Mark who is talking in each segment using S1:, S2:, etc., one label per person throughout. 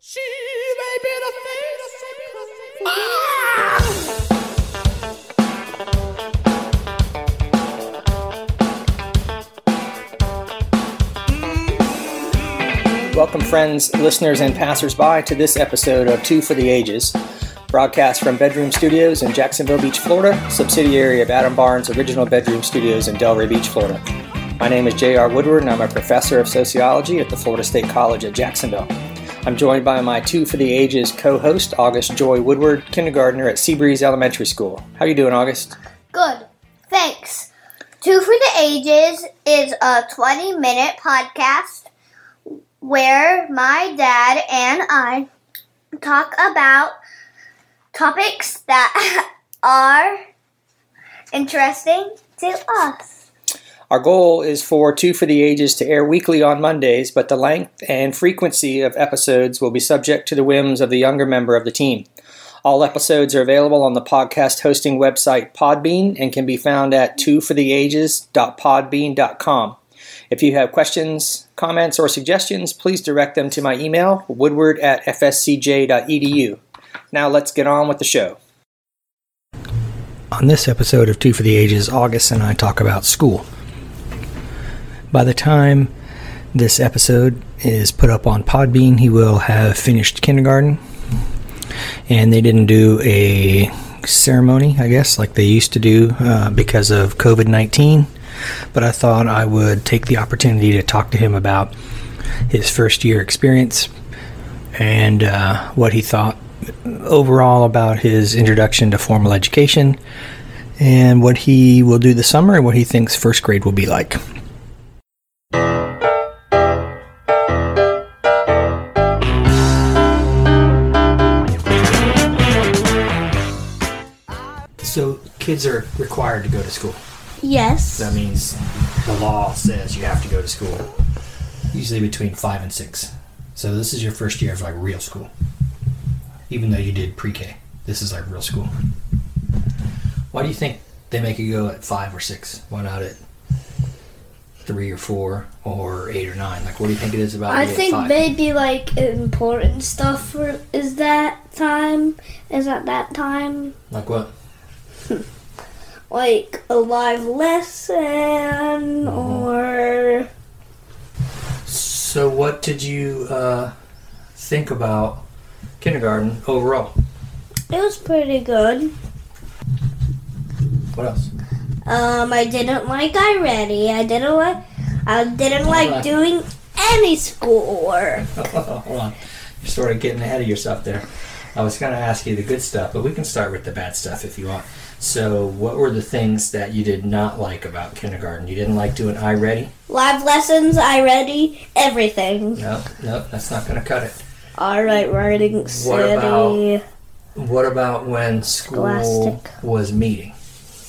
S1: She may be the face. Ah!
S2: Welcome, friends, listeners, and passersby, to this episode of Two for the Ages, broadcast from Bedroom Studios in Jacksonville Beach, Florida, subsidiary of Adam Barnes' original Bedroom Studios in Delray Beach, Florida. My name is J.R. Woodward, and I'm a professor of sociology at the Florida State College at Jacksonville. I'm joined by my Two for the Ages co host, August Joy Woodward, kindergartner at Seabreeze Elementary School. How you doing, August?
S3: Good. Thanks. Two for the Ages is a 20 minute podcast where my dad and I talk about topics that are interesting to us.
S2: Our goal is for Two for the Ages to air weekly on Mondays, but the length and frequency of episodes will be subject to the whims of the younger member of the team. All episodes are available on the podcast hosting website Podbean and can be found at twofortheages.podbean.com. If you have questions, comments, or suggestions, please direct them to my email, woodward at fscj.edu. E Now let's get on with the show. On this episode of Two for the Ages, August and I talk about school. By the time this episode is put up on Podbean, he will have finished kindergarten. And they didn't do a ceremony, I guess, like they used to do uh, because of COVID 19. But I thought I would take the opportunity to talk to him about his first year experience and uh, what he thought overall about his introduction to formal education and what he will do this summer and what he thinks first grade will be like. So, kids are required to go to school.
S3: Yes.
S2: That means the law says you have to go to school, usually between five and six. So this is your first year of like real school, even though you did pre-K. This is like real school. Why do you think they make you go at five or six? Why not at three or four or eight or nine? Like, what do you think it is about?
S4: I
S2: it at
S4: think
S2: five?
S4: maybe like important stuff for, is that time is at that time
S2: like what?
S4: like a live lesson or
S2: So, what did you uh, think about kindergarten overall?
S4: it was pretty good.
S2: What else?
S4: Um, I didn't like I ready. I didn't like I didn't like doing any schoolwork.
S2: Hold on. You're sort of getting ahead of yourself there. I was going to ask you the good stuff, but we can start with the bad stuff if you want. So, what were the things that you did not like about kindergarten? You didn't like doing I ready?
S4: Live lessons, I ready, everything.
S2: No, no, that's not going to cut it.
S4: All right, writing city.
S2: about- What about when school
S4: Scholastic.
S2: was meeting?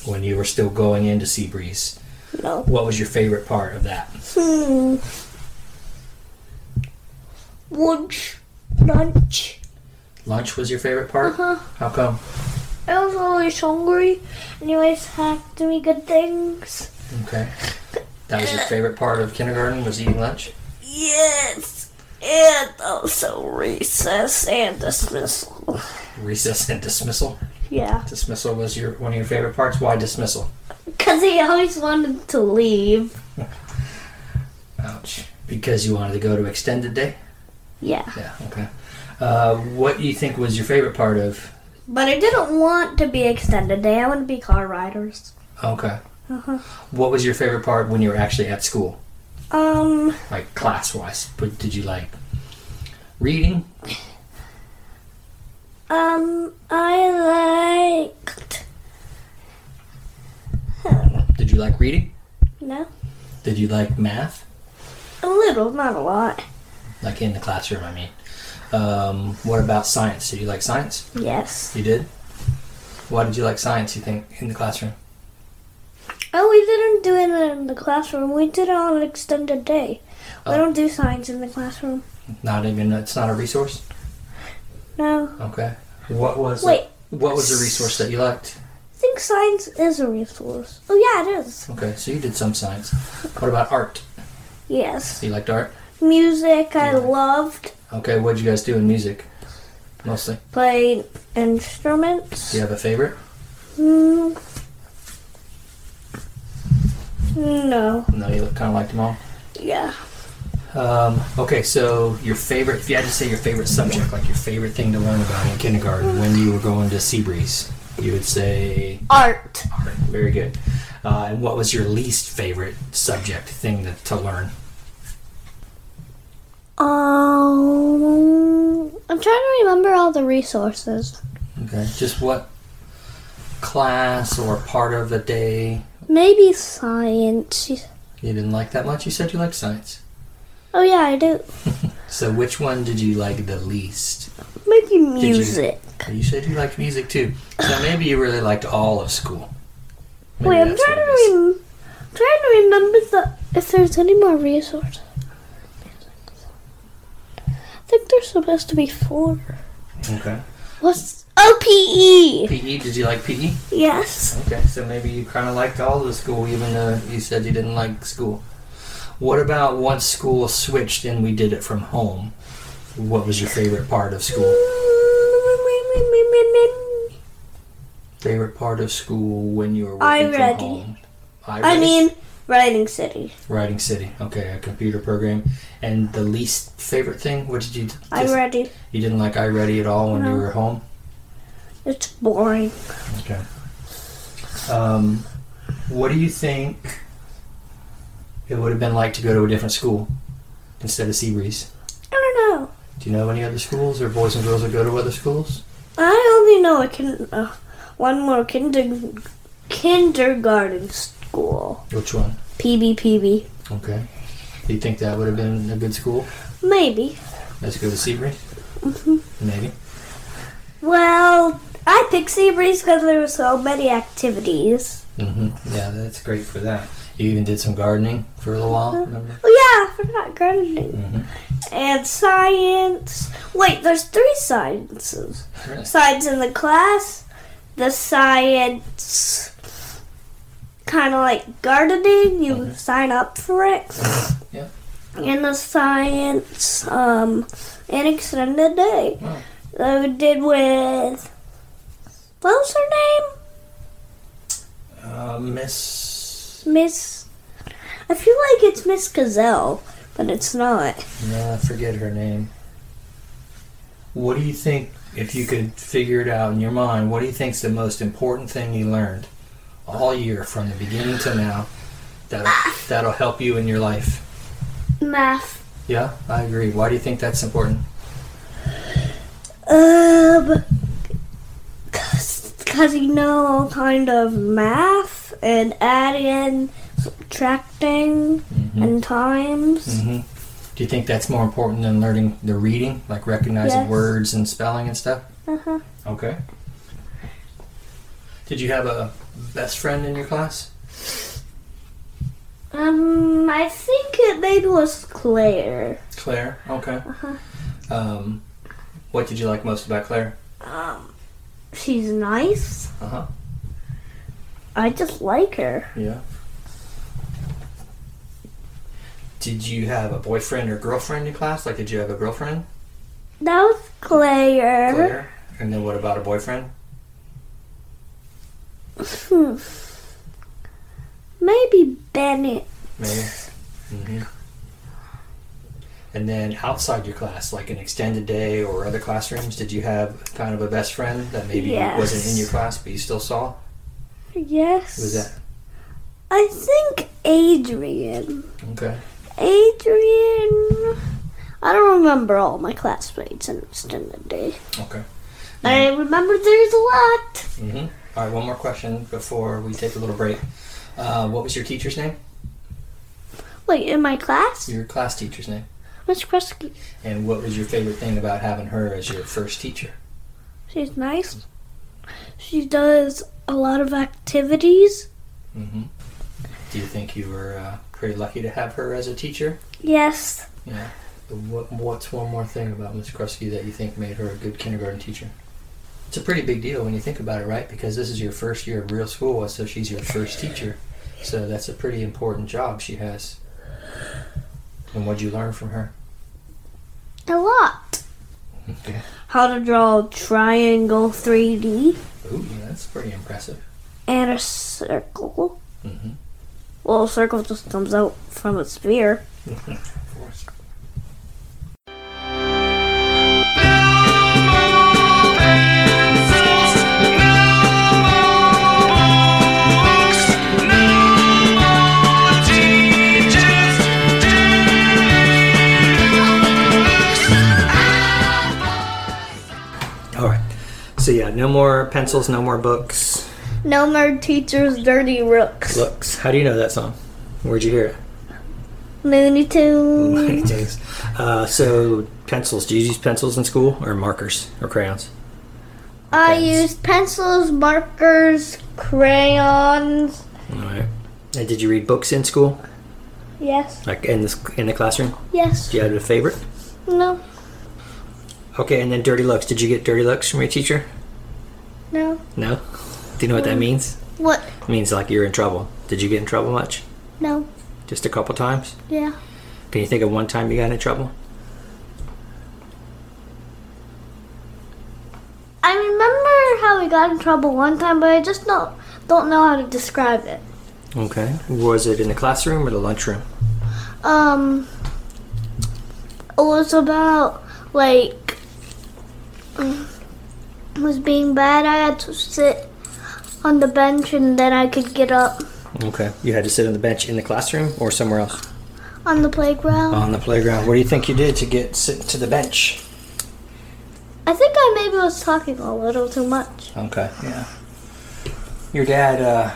S2: When you were still going into Seabreeze?
S4: No.
S2: What was your favorite part of that?
S4: Hmm. Lunch. Lunch.
S2: Lunch was your favorite part?
S4: Uh-huh.
S2: How come?
S4: I was always hungry, and you always had to me good things.
S2: Okay. That was your
S4: Uh,
S2: favorite part of kindergarten was eating lunch?
S4: Yes. And also recess and dismissal.
S2: Recess and dismissal?
S4: Yeah.
S2: Dismissal was your one of your favorite parts. Why dismissal?
S4: Because he always wanted to leave.
S2: Ouch. Because you wanted to go to extended day.
S4: Yeah.
S2: Yeah. Okay. Uh, what do you think was your favorite part of?
S4: But I didn't want to be extended day. I wanted to be car riders.
S2: Okay.
S4: Uh-huh.
S2: What was your favorite part when you were actually at school,
S4: Um,
S2: like class wise? But did you like reading?
S4: um, I liked.
S2: Did you like reading?
S4: No?
S2: Did you like math?
S4: A little, not a lot.
S2: Like in the classroom, I mean. Um, what about science? Did you like science?
S4: Yes.
S2: You did. Why did you like science? You think in the classroom?
S4: Oh, we didn't do it in the classroom. We did it on an extended day. We
S2: Oh.
S4: don't do science in the classroom.
S2: Not even. It's not a resource.
S4: No.
S2: Okay. What was?
S4: Wait,
S2: What was the resource that you liked?
S4: I think science is a resource. Oh, yeah, it is.
S2: Okay, so you did some science. What about art?
S4: Yes.
S2: You liked art?
S4: Music, I
S2: Yeah.
S4: loved.
S2: Okay, what'd you guys do in music? Mostly.
S4: Played instruments.
S2: Do you have a favorite?
S4: Hmm. No.
S2: No, you kind of liked them all.
S4: Yeah.
S2: Um, okay, so your favorite, if you had to say your favorite subject, like your favorite thing to learn about in kindergarten when you were going to Seabreeze, you would say
S4: Art.
S2: art. Very good. Uh, and what was your least favorite subject thing to, to learn?
S4: Um. I'm trying to remember all the resources.
S2: Okay, just what class or part of the day
S4: Maybe science.
S2: you didn't like that much? You said you liked science.
S4: Oh yeah, I do.
S2: So which one did you like the least?
S4: Maybe
S2: you-
S4: music.
S2: You said you liked music too. So maybe you really liked all of school. Maybe
S4: Wait, I'm
S2: that's
S4: trying
S2: what it
S4: to
S2: is.
S4: rem- trying to remember the if there's any more resources. I think there's supposed to be four.
S2: Okay.
S4: What's OPE?
S2: PE, E, did you like PE?
S4: Yes.
S2: Okay, so maybe you kind of liked all of the school, even though you said you didn't like school. What about once school switched and we did it from home? What was your favorite part of school? Favorite part of school when you were working
S4: I
S2: from
S4: read.
S2: home?
S4: I
S2: read.
S4: mean, Writing City.
S2: Writing City. Okay, a computer program. And the least favorite thing? What did you? Just,
S4: I'm ready.
S2: You didn't like iReady at all when you
S4: No.
S2: were home.
S4: It's boring.
S2: Okay. Um, what do you think it would have been like to go to a different school instead of Seabreeze?
S4: I don't know.
S2: Do you know any other schools or boys and girls that go to other schools?
S4: I only know a kin- uh, one more kinder- kindergarten school.
S2: Which one?
S4: PB PB.
S2: Okay. Do you think that would have been a good school?
S4: Maybe.
S2: Let's go to Seabreeze? Mm-hmm. Maybe.
S4: Well, I picked Seabreeze because there were so many activities.
S2: Mm-hmm. Yeah, that's great for that. You even did some gardening for a little while, remember?
S4: Oh yeah, I forgot gardening
S2: Mhm.
S4: and science. Wait, there's three sciences.
S2: Really?
S4: Science in the class, the science kind of like gardening. You sign up for it.
S2: Yeah.
S4: And the science um an extended day.
S2: Wow.
S4: That we did with what was her name?
S2: Uh, Miss.
S4: Miss. I feel like it's Miss Gazelle, but it's not.
S2: No, I forget her name. What do you think, if you could figure it out in your mind, what do you think's the most important thing you learned all year from the beginning to now that'll, that'll help you in your life?
S4: Math.
S2: Yeah, I agree. Why do you think that's important?
S4: Um. Cause, 'cause you know all kind of math and adding, subtracting,
S2: Mm.
S4: and times.
S2: hmm Mm-hmm. Do you think that's more important than learning the reading, like recognizing
S4: Yes.
S2: words and spelling and stuff?
S4: Uh-huh.
S2: Okay. Did you have a best friend in your class?
S4: Um, I think it maybe was Claire.
S2: Claire. Okay. Um, what did you like most about Claire?
S4: Um, she's nice.
S2: Uh huh.
S4: I just like her.
S2: Yeah. Did you have a boyfriend or girlfriend in class? Like, did you have a girlfriend?
S4: That was Claire.
S2: Claire. And then what about a boyfriend?
S4: Hmm. Maybe Bennett.
S2: Maybe. hmm And then outside your class, like an extended day or other classrooms, did you have kind of a best friend that maybe
S4: Yes.
S2: wasn't in your class but you still saw?
S4: Yes.
S2: Who was that?
S4: I think Adrian.
S2: Okay.
S4: Adrian. I don't remember all my classmates in extended day.
S2: Okay.
S4: I remember there's a lot.
S2: Mm-hmm. All right, one more question before we take a little break. Uh, what was your teacher's name?
S4: Wait, in my class,
S2: Your class teacher's name.
S4: Miss Kresge,
S2: And what was your favorite thing about having her as your first teacher?
S4: she's nice. She does a lot of activities.
S2: Mm-hmm. Do you think you were uh, pretty lucky to have her as a teacher?
S4: Yes.
S2: Yeah. What, what's one more thing about Miss Krusky that you think made her a good kindergarten teacher? It's a pretty big deal when you think about it, right? Because this is your first year of real school, so she's your first teacher. So that's a pretty important job she has. And what'd you learn from her?
S4: A lot.
S5: Okay.
S4: How to draw a triangle 3D
S5: Ooh, yeah, that's pretty impressive.
S4: and a circle.
S2: Mm-hmm.
S5: Mhm.
S4: Well, a circle just comes out from a sphere.
S5: Of course.
S2: All right. So yeah, no more pencils, no more books.
S4: No more teachers, dirty rooks.
S2: Looks. How do you know that song? Where'd you hear it?
S4: Looney Tunes.
S2: Many things. Uh, so pencils. Do you use pencils in school or markers or crayons?
S4: I
S2: Crayons.
S4: used pencils, markers, crayons.
S2: All right. And did you read books in school,
S4: Yes.
S2: like in this in the classroom?
S4: Yes.
S2: Do you have a favorite?
S4: No.
S2: Okay, and then dirty looks. Did you get dirty looks from your teacher?
S4: No.
S2: No. Do you know what that means?
S3: What?
S2: It means like you're in trouble. Did you get in trouble much?
S4: No.
S2: Just a couple times.
S4: Yeah.
S2: Can you think of one time you got in trouble?
S4: I remember how we got in trouble one time, but I just don't don't know how to describe it.
S2: Okay. Was it in the classroom or the lunchroom?
S4: Um, it was about like it was being bad. I had to sit on the bench and then I could get up
S2: Okay. You had to sit on the bench in the classroom or somewhere else?
S4: on the playground.
S2: On the playground. What do you think you did to get sit to the bench?
S4: I think I maybe was talking a little too much.
S2: Okay. Yeah. Your dad uh,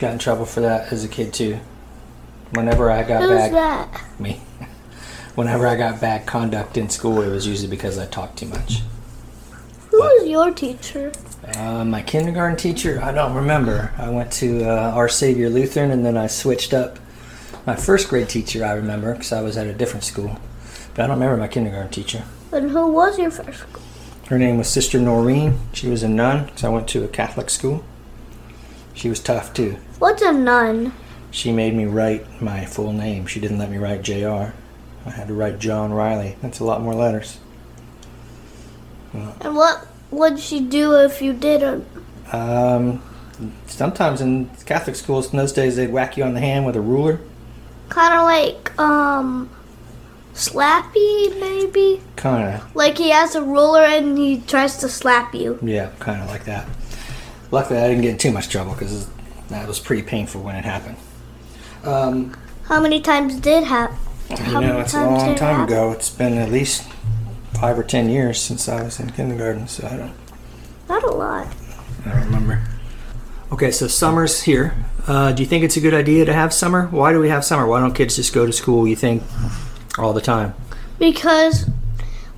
S2: got in trouble for that as a kid too. Whenever I got
S4: Who's
S2: back,
S4: that?
S2: me. Whenever I got bad conduct in school, it was usually because I talked too much.
S4: Who was your teacher?
S2: Uh, my kindergarten teacher, I don't remember. I went to uh, Our Savior Lutheran and then I switched up. My first grade teacher, I remember because I was at a different school. But I don't remember my kindergarten teacher.
S4: And who was your first?
S2: Her name was Sister Noreen. She was a nun because I went to a Catholic school. She was tough too.
S4: What's a nun?
S2: She made me write my full name. She didn't let me write JR. I had to write John Riley. That's a lot more letters.
S4: And what would she do if you didn't?
S2: Um, sometimes in Catholic schools in those days, they'd whack you on the hand with a ruler.
S4: Kind of like um, slappy maybe.
S2: Kind of.
S4: Like he has a ruler and he tries to slap you.
S2: Yeah, kind of like that. Luckily, I didn't get in too much trouble because that was pretty painful when it happened. Um,
S4: How many times did happen?
S2: you know, it's a long time ago. It's been at least five or ten years since I was in kindergarten, so I don't,
S4: Not a lot.
S2: I don't remember. Okay, so summer's here. Uh, do you think it's a good idea to have summer? Why do we have summer? Why don't kids just go to school, you think, all the time?
S4: Because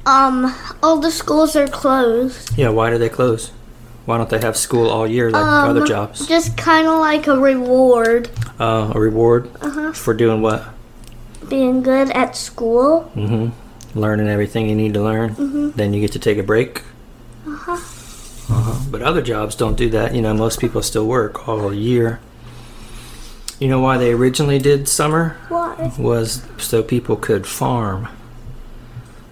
S4: um, all the schools are closed.
S2: Yeah, why do they close? Why don't they have school all year like
S4: Um,
S2: other jobs?
S4: Just kind of like a reward.
S2: Uh, a reward
S3: Uh-huh.
S2: for doing what?
S4: Being good at school.
S2: hmm Learning everything you need to learn. Then you get to take a break. Uh-huh. But other jobs don't do that. You know, most people still work all year. You know why they originally did summer?
S4: Why?
S2: was so people could farm.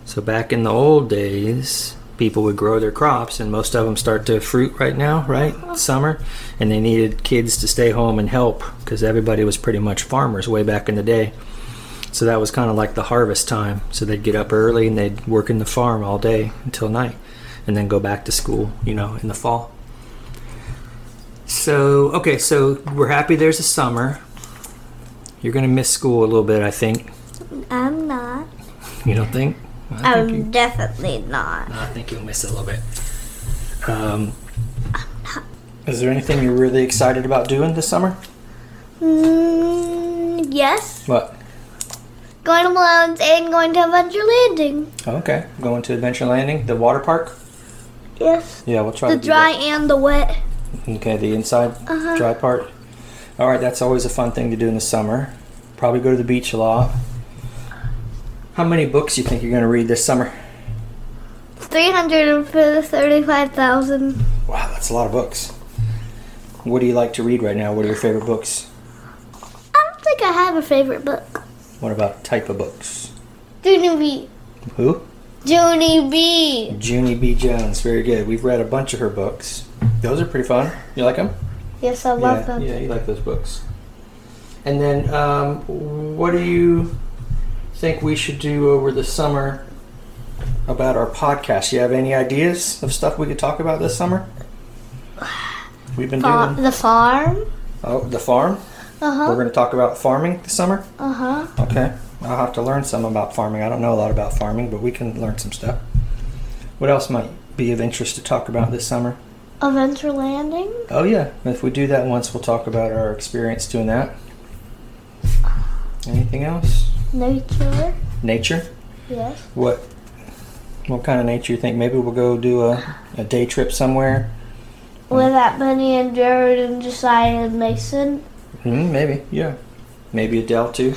S2: So back in the old days, people would grow their crops, and most of them start to fruit right now, right? Summer, and they needed kids to stay home and help because everybody was pretty much farmers way back in the day. So that was kind of like the harvest time. So they'd get up early and they'd work in the farm all day until night, and then go back to school, you know, in the fall. So okay, so we're happy there's a summer. You're gonna miss school a little bit, I think.
S4: I'm not.
S2: You don't think? I think,
S4: I'm definitely not.
S2: I think you'll miss it a little bit. Um, is there anything you're really excited about doing this summer?
S4: Mm, yes.
S2: What?
S4: Going to Malone's and going to Adventure Landing.
S2: Oh, Okay, going to Adventure Landing, the water park.
S4: Yes.
S2: Yeah, we'll try
S4: The
S2: to do
S4: dry and the wet.
S2: that. Okay, the inside dry part. All right, that's always a fun thing to do in the summer. Probably go to the beach a lot. How many books do you think you're going to read this summer?
S4: 335,000.
S2: Wow, that's a lot of books. What do you like to read right now? What are your favorite books?
S4: I don't think I have a favorite book.
S2: What about type of books?
S4: Disney,
S2: Who?
S3: Junie B.
S2: Junie B. Jones, very good. We've read a bunch of her books. Those are pretty fun. You like them?
S3: Yes, I love
S2: yeah,
S3: them.
S2: Yeah, you like those books. And then, um, what do you think we should do over the summer about our podcast? You have any ideas of stuff we could talk about this summer? We've been
S3: Fa-
S2: doing
S3: the farm.
S2: oh the farm.
S3: Uh
S2: We're
S3: huh.
S2: going to talk about farming this summer.
S3: Uh huh.
S2: Okay, I'll have to learn some about farming. I don't know a lot about farming, but we can learn some stuff. What else might be of interest to talk about this summer?
S3: Adventure landing.
S2: Oh yeah, if we do that once, we'll talk about our experience doing that. Anything else?
S3: Nature.
S2: Nature.
S3: Yes.
S2: What? What kind of nature you think? Maybe we'll go do a, a day trip somewhere.
S3: With that Benny and Jared and Josiah and Mason.
S2: Hmm, maybe. Yeah. Maybe Adele too.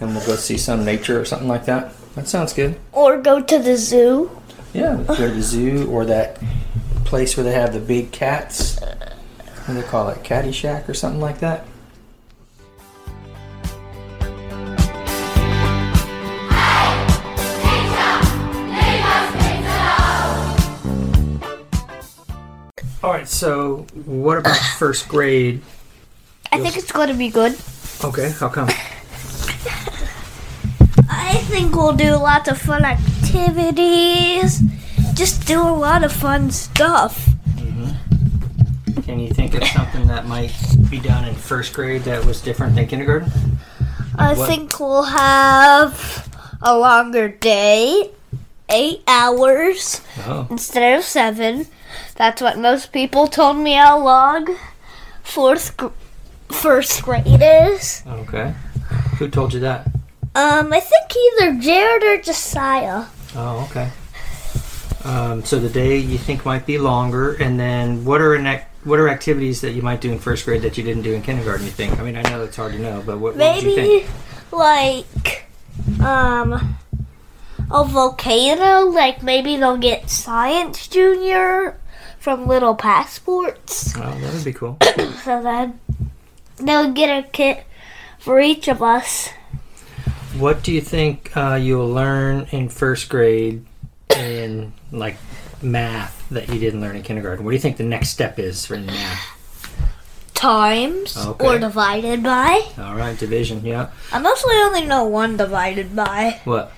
S2: And we'll go see some nature or something like that. That sounds good.
S3: Or go to the zoo.
S2: Yeah. Go to the zoo or that place where they have the big cats. What do they call it? Caddy Shack or something like that. All right, so what about first grade?
S3: I think it's going to be good.
S2: Okay, how come?
S4: I think we'll do lots of fun activities. Just do a lot of fun stuff.
S2: Can you think of something that might be done in first grade that was different than kindergarten?
S4: I
S2: What-
S4: think we'll have a longer day, eight hours
S2: Oh,
S4: instead of seven. That's what most people told me how long fourth gr- first grade is.
S2: okay. Who told you that?
S4: Um, I think either Jared or Josiah.
S2: Oh, okay. Um, so the day you think might be longer, and then what are an ac- what are activities that you might do in first grade that you didn't do in kindergarten? You think? I mean, I know it's hard to know, but what, what did you
S4: Maybe
S2: think?
S4: like um a volcano, like maybe they'll get science junior from little passports.
S2: Oh, that would be cool.
S4: So then they'll get a kit for each of us.
S2: What do you think uh, you'll learn in first grade in like math that you didn't learn in kindergarten? What do you think the next step is for math?
S4: Times
S2: Okay.
S4: or divided by.
S2: All right, division. Yeah.
S4: I mostly only know one divided by.
S2: What?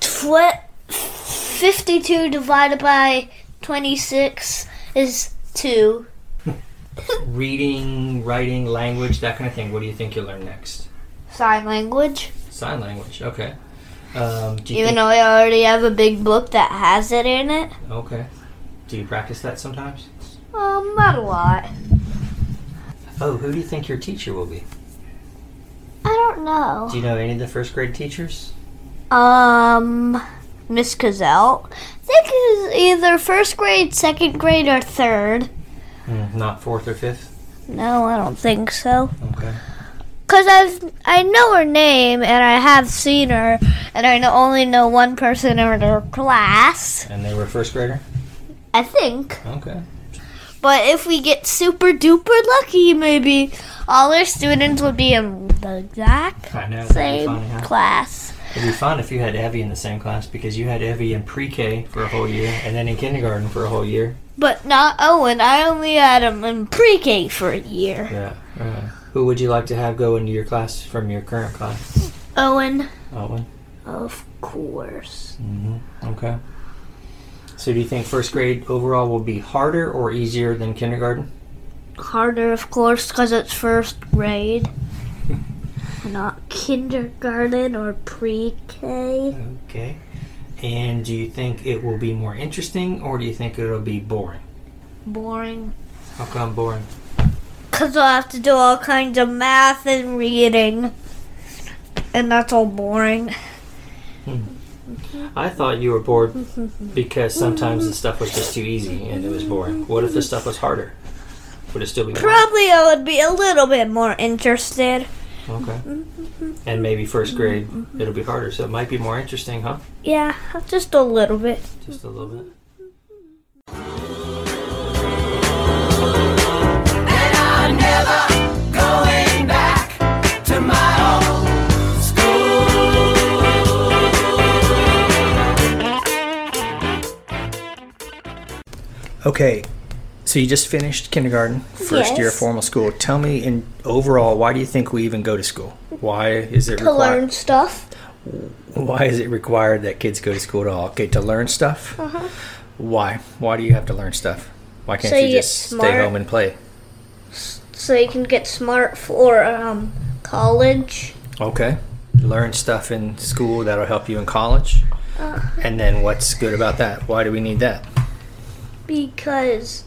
S4: Tw- 52 divided by 26 is 2.
S2: Reading, writing, language, that kind of thing. What do you think you'll learn next?
S4: Sign language.
S2: Sign language. Okay. Um, do you
S4: Even
S2: think-
S4: though I already have a big book that has it in it.
S2: Okay. Do you practice that sometimes?
S4: Um, not a lot.
S2: Oh, who do you think your teacher will be?
S4: I don't know.
S2: Do you know any of the first grade teachers?
S4: Um, Miss Cazell. I think it's either first grade, second grade, or third.
S2: Mm, not fourth or fifth.
S4: No, I don't think so.
S2: Okay.
S4: Cause I've I know her name and I have seen her and I know, only know one person in her class.
S2: And they were first grader?
S4: I think.
S2: Okay.
S4: But if we get super duper lucky, maybe all our students would be in the exact
S2: I know. That'd be
S4: same
S2: fun, huh?
S4: class.
S2: It'd be fun if you had Evie in the same class because you had Evie in pre K for a whole year and then in kindergarten for a whole year.
S4: But not Owen. I only had him in pre-K for a year.
S2: Yeah. Uh, who would you like to have go into your class from your current class?
S4: Owen,
S2: Owen.
S4: of course.
S2: Mm-hmm. Okay. So do you think first grade overall will be harder or easier than kindergarten?
S4: Harder, of course, because it's first grade. Not kindergarten or pre-K.
S2: Okay. And do you think it will be more interesting or do you think it'll be boring?
S4: Boring.
S2: How come boring?
S4: Because I'll have to do all kinds of math and reading. And that's all boring.
S2: I thought you were bored because sometimes the stuff was just too easy and it was boring. What if the stuff was harder? Would it still be boring?
S4: Probably I would be a little bit more interested.
S2: Okay. And maybe first grade it'll be harder, so it might be more interesting, huh?
S4: Yeah, just a little bit.
S2: Just a little bit.
S1: Going back to my old school.
S2: Okay, so you just finished kindergarten, first year of
S4: Yes.
S2: formal school. Tell me, in overall, why do you think we even go to school? Why is it
S4: to
S2: required?
S4: learn stuff.
S2: Why is it required that kids go to school at all? Okay, to learn stuff. Uh-huh. Why? Why do you have to learn stuff? Why can't
S4: So
S2: you
S4: you get
S2: just stay
S4: smart.
S2: home and play?
S4: So you can get smart for um, college.
S2: Okay. Learn stuff in school that'll help you in college.
S4: Uh,
S2: and then what's good about that? Why do we need that?
S4: Because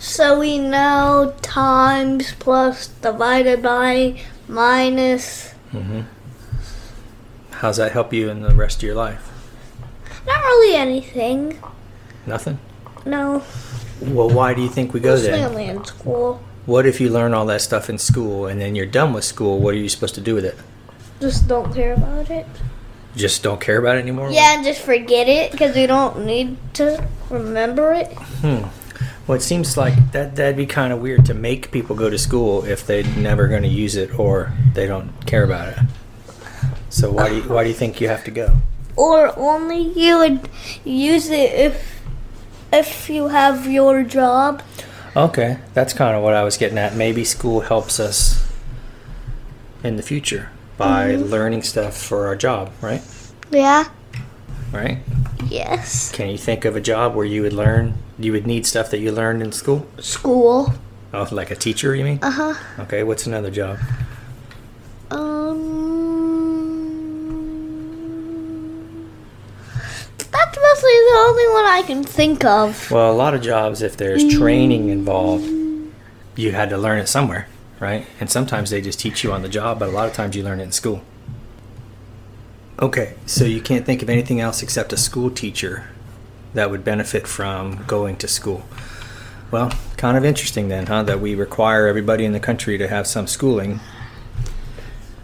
S4: so we know times plus divided by minus.
S2: Mm-hmm. How's that help you in the rest of your life?
S4: Not really anything.
S2: Nothing?
S4: No,
S2: Well, why do you think we go
S4: it's
S2: there?
S4: mainly in school.
S2: What if you learn all that stuff in school and then you're done with school? What are you supposed to do with it?
S4: Just don't care about it.
S2: Just don't care about it anymore?
S4: Yeah, just forget it because we don't need to remember it.
S2: Well, it seems like that, that'd be kind of weird to make people go to school if they're never going to use it or they don't care about it. So why do you, why do you think you have to go?
S4: or only you would use it if if you have your job.
S2: Okay, that's kind of what I was getting at. Maybe school helps us in the future by learning stuff for our job, right?
S4: Yeah.
S2: Right?
S4: Yes.
S2: Can you think of a job where you would learn, you would need stuff that you learned in school?
S4: School.
S2: Oh, like a teacher, you mean?
S4: Uh huh.
S2: Okay, what's another job?
S4: Um. That's mostly the only one I can think of.
S2: Well, a lot of jobs, if there's training involved, you had to learn it somewhere, right? And sometimes they just teach you on the job, but a lot of times you learn it in school. Okay, so you can't think of anything else except a school teacher that would benefit from going to school. Well, kind of interesting then, huh? That we require everybody in the country to have some schooling,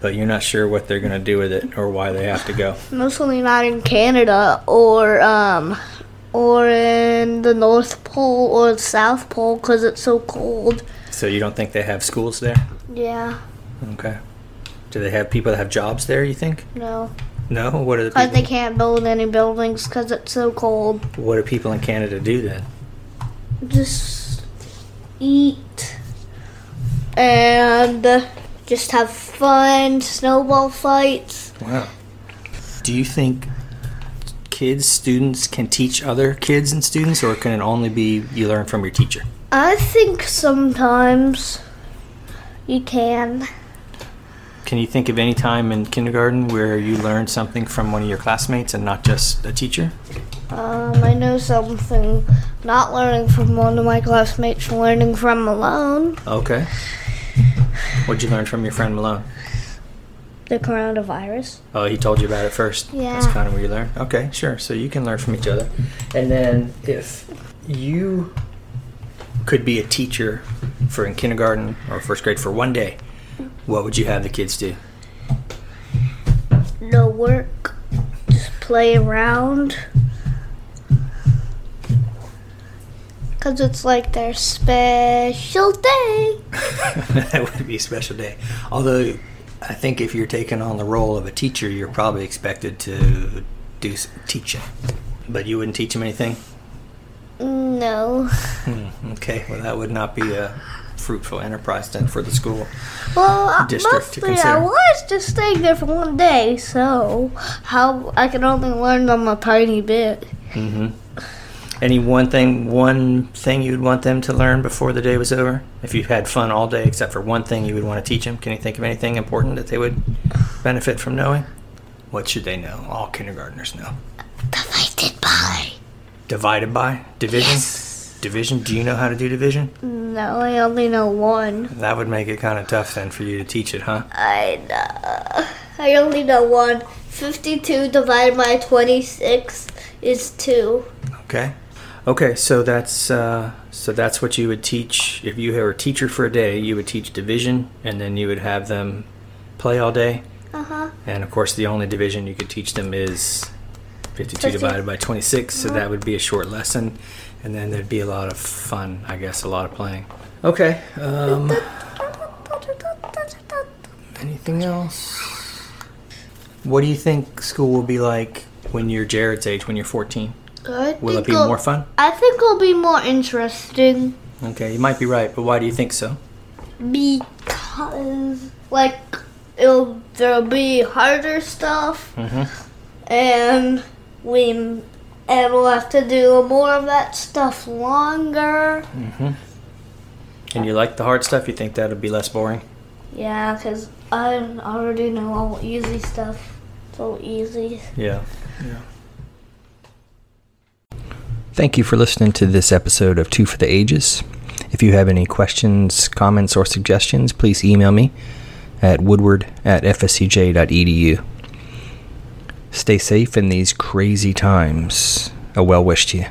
S2: but you're not sure what they're going to do with it or why they have to go.
S4: Mostly not in Canada or um or in the North Pole or the South Pole because it's so cold.
S2: So you don't think they have schools there?
S4: Yeah.
S2: Okay. Do they have people that have jobs there, you think?
S4: No.
S2: No, what do the
S4: Because they
S2: people,
S4: can't build any buildings because it's so cold.
S2: what do people in Canada do then?
S4: just eat and just have fun, snowball fights.
S2: Wow. Do you think kids, students can teach other kids and students, or can it only be you learn from your teacher?
S4: I think sometimes you can.
S2: Can you think of any time in kindergarten where you learned something from one of your classmates and not just a teacher?
S4: Um, I know something not learning from one of my classmates, learning from alone.
S2: Okay. What'd you learn from your friend Malone?
S4: The coronavirus.
S2: Oh, he told you about it first. That's
S4: Yeah.
S2: kind of where you learn. Okay, sure. So you can learn from each other. And then if you could be a teacher for in kindergarten or first grade for one day, what would you have the kids do?
S4: No work. Just play around. Because it's like their special day.
S2: that would be a special day. Although I think if you're taking on the role of a teacher, you're probably expected to do some teaching. But you wouldn't teach them anything? Hmm,
S4: No.
S2: Okay, well that would not be a fruitful enterprise then for the school.
S4: Well, I-
S2: District to
S4: mostly I
S2: consider.
S4: was just staying there for one day, so how I can only learn them a tiny bit.
S2: Mm-hmm. Any one thing, one thing you'd want them to learn before the day was over? If you've had fun all day, except for one thing you would want to teach them, can you think of anything important that they would benefit from knowing? What should they know? All kindergartners know.
S4: Divided by.
S2: Divided by division. Division. Do you know how to do division?
S4: No, I only know one.
S2: That would make it kind of tough then for you to teach it, huh?
S4: I know. I only know one. 52 divided by 26 is 2.
S2: Okay. Okay, so that's uh, so that's what you would teach if you were a teacher for a day. You would teach division, and then you would have them play all day.
S4: Uh-huh.
S2: And of course, the only division you could teach them is 52
S4: Fifty.
S2: divided by 26, so that would be a short lesson. And then there'd be a lot of fun, I guess, a lot of playing. Okay. Um, anything else? What do you think school will be like when you're Jared's age, when you're 14?
S4: I
S6: Will it
S4: think
S6: be
S4: it'll-
S6: more fun?
S4: I think it'll be more interesting
S6: Okay, you might be right, but why do you think so?
S4: because, like, it'll there'll be harder stuff,
S2: Mm-hmm.
S6: Mhm.
S4: and we and we'll have to do more of that stuff longer.
S6: And you like the hard stuff? You think that'll be less boring?
S4: Yeah, because I already know all easy stuff. So easy.
S6: Yeah.
S2: Thank you for listening to this episode of Two for the Ages. If you have any questions, comments, or suggestions, please email me at woodward at fscj.edu. Stay safe in these crazy times. A well wish to you.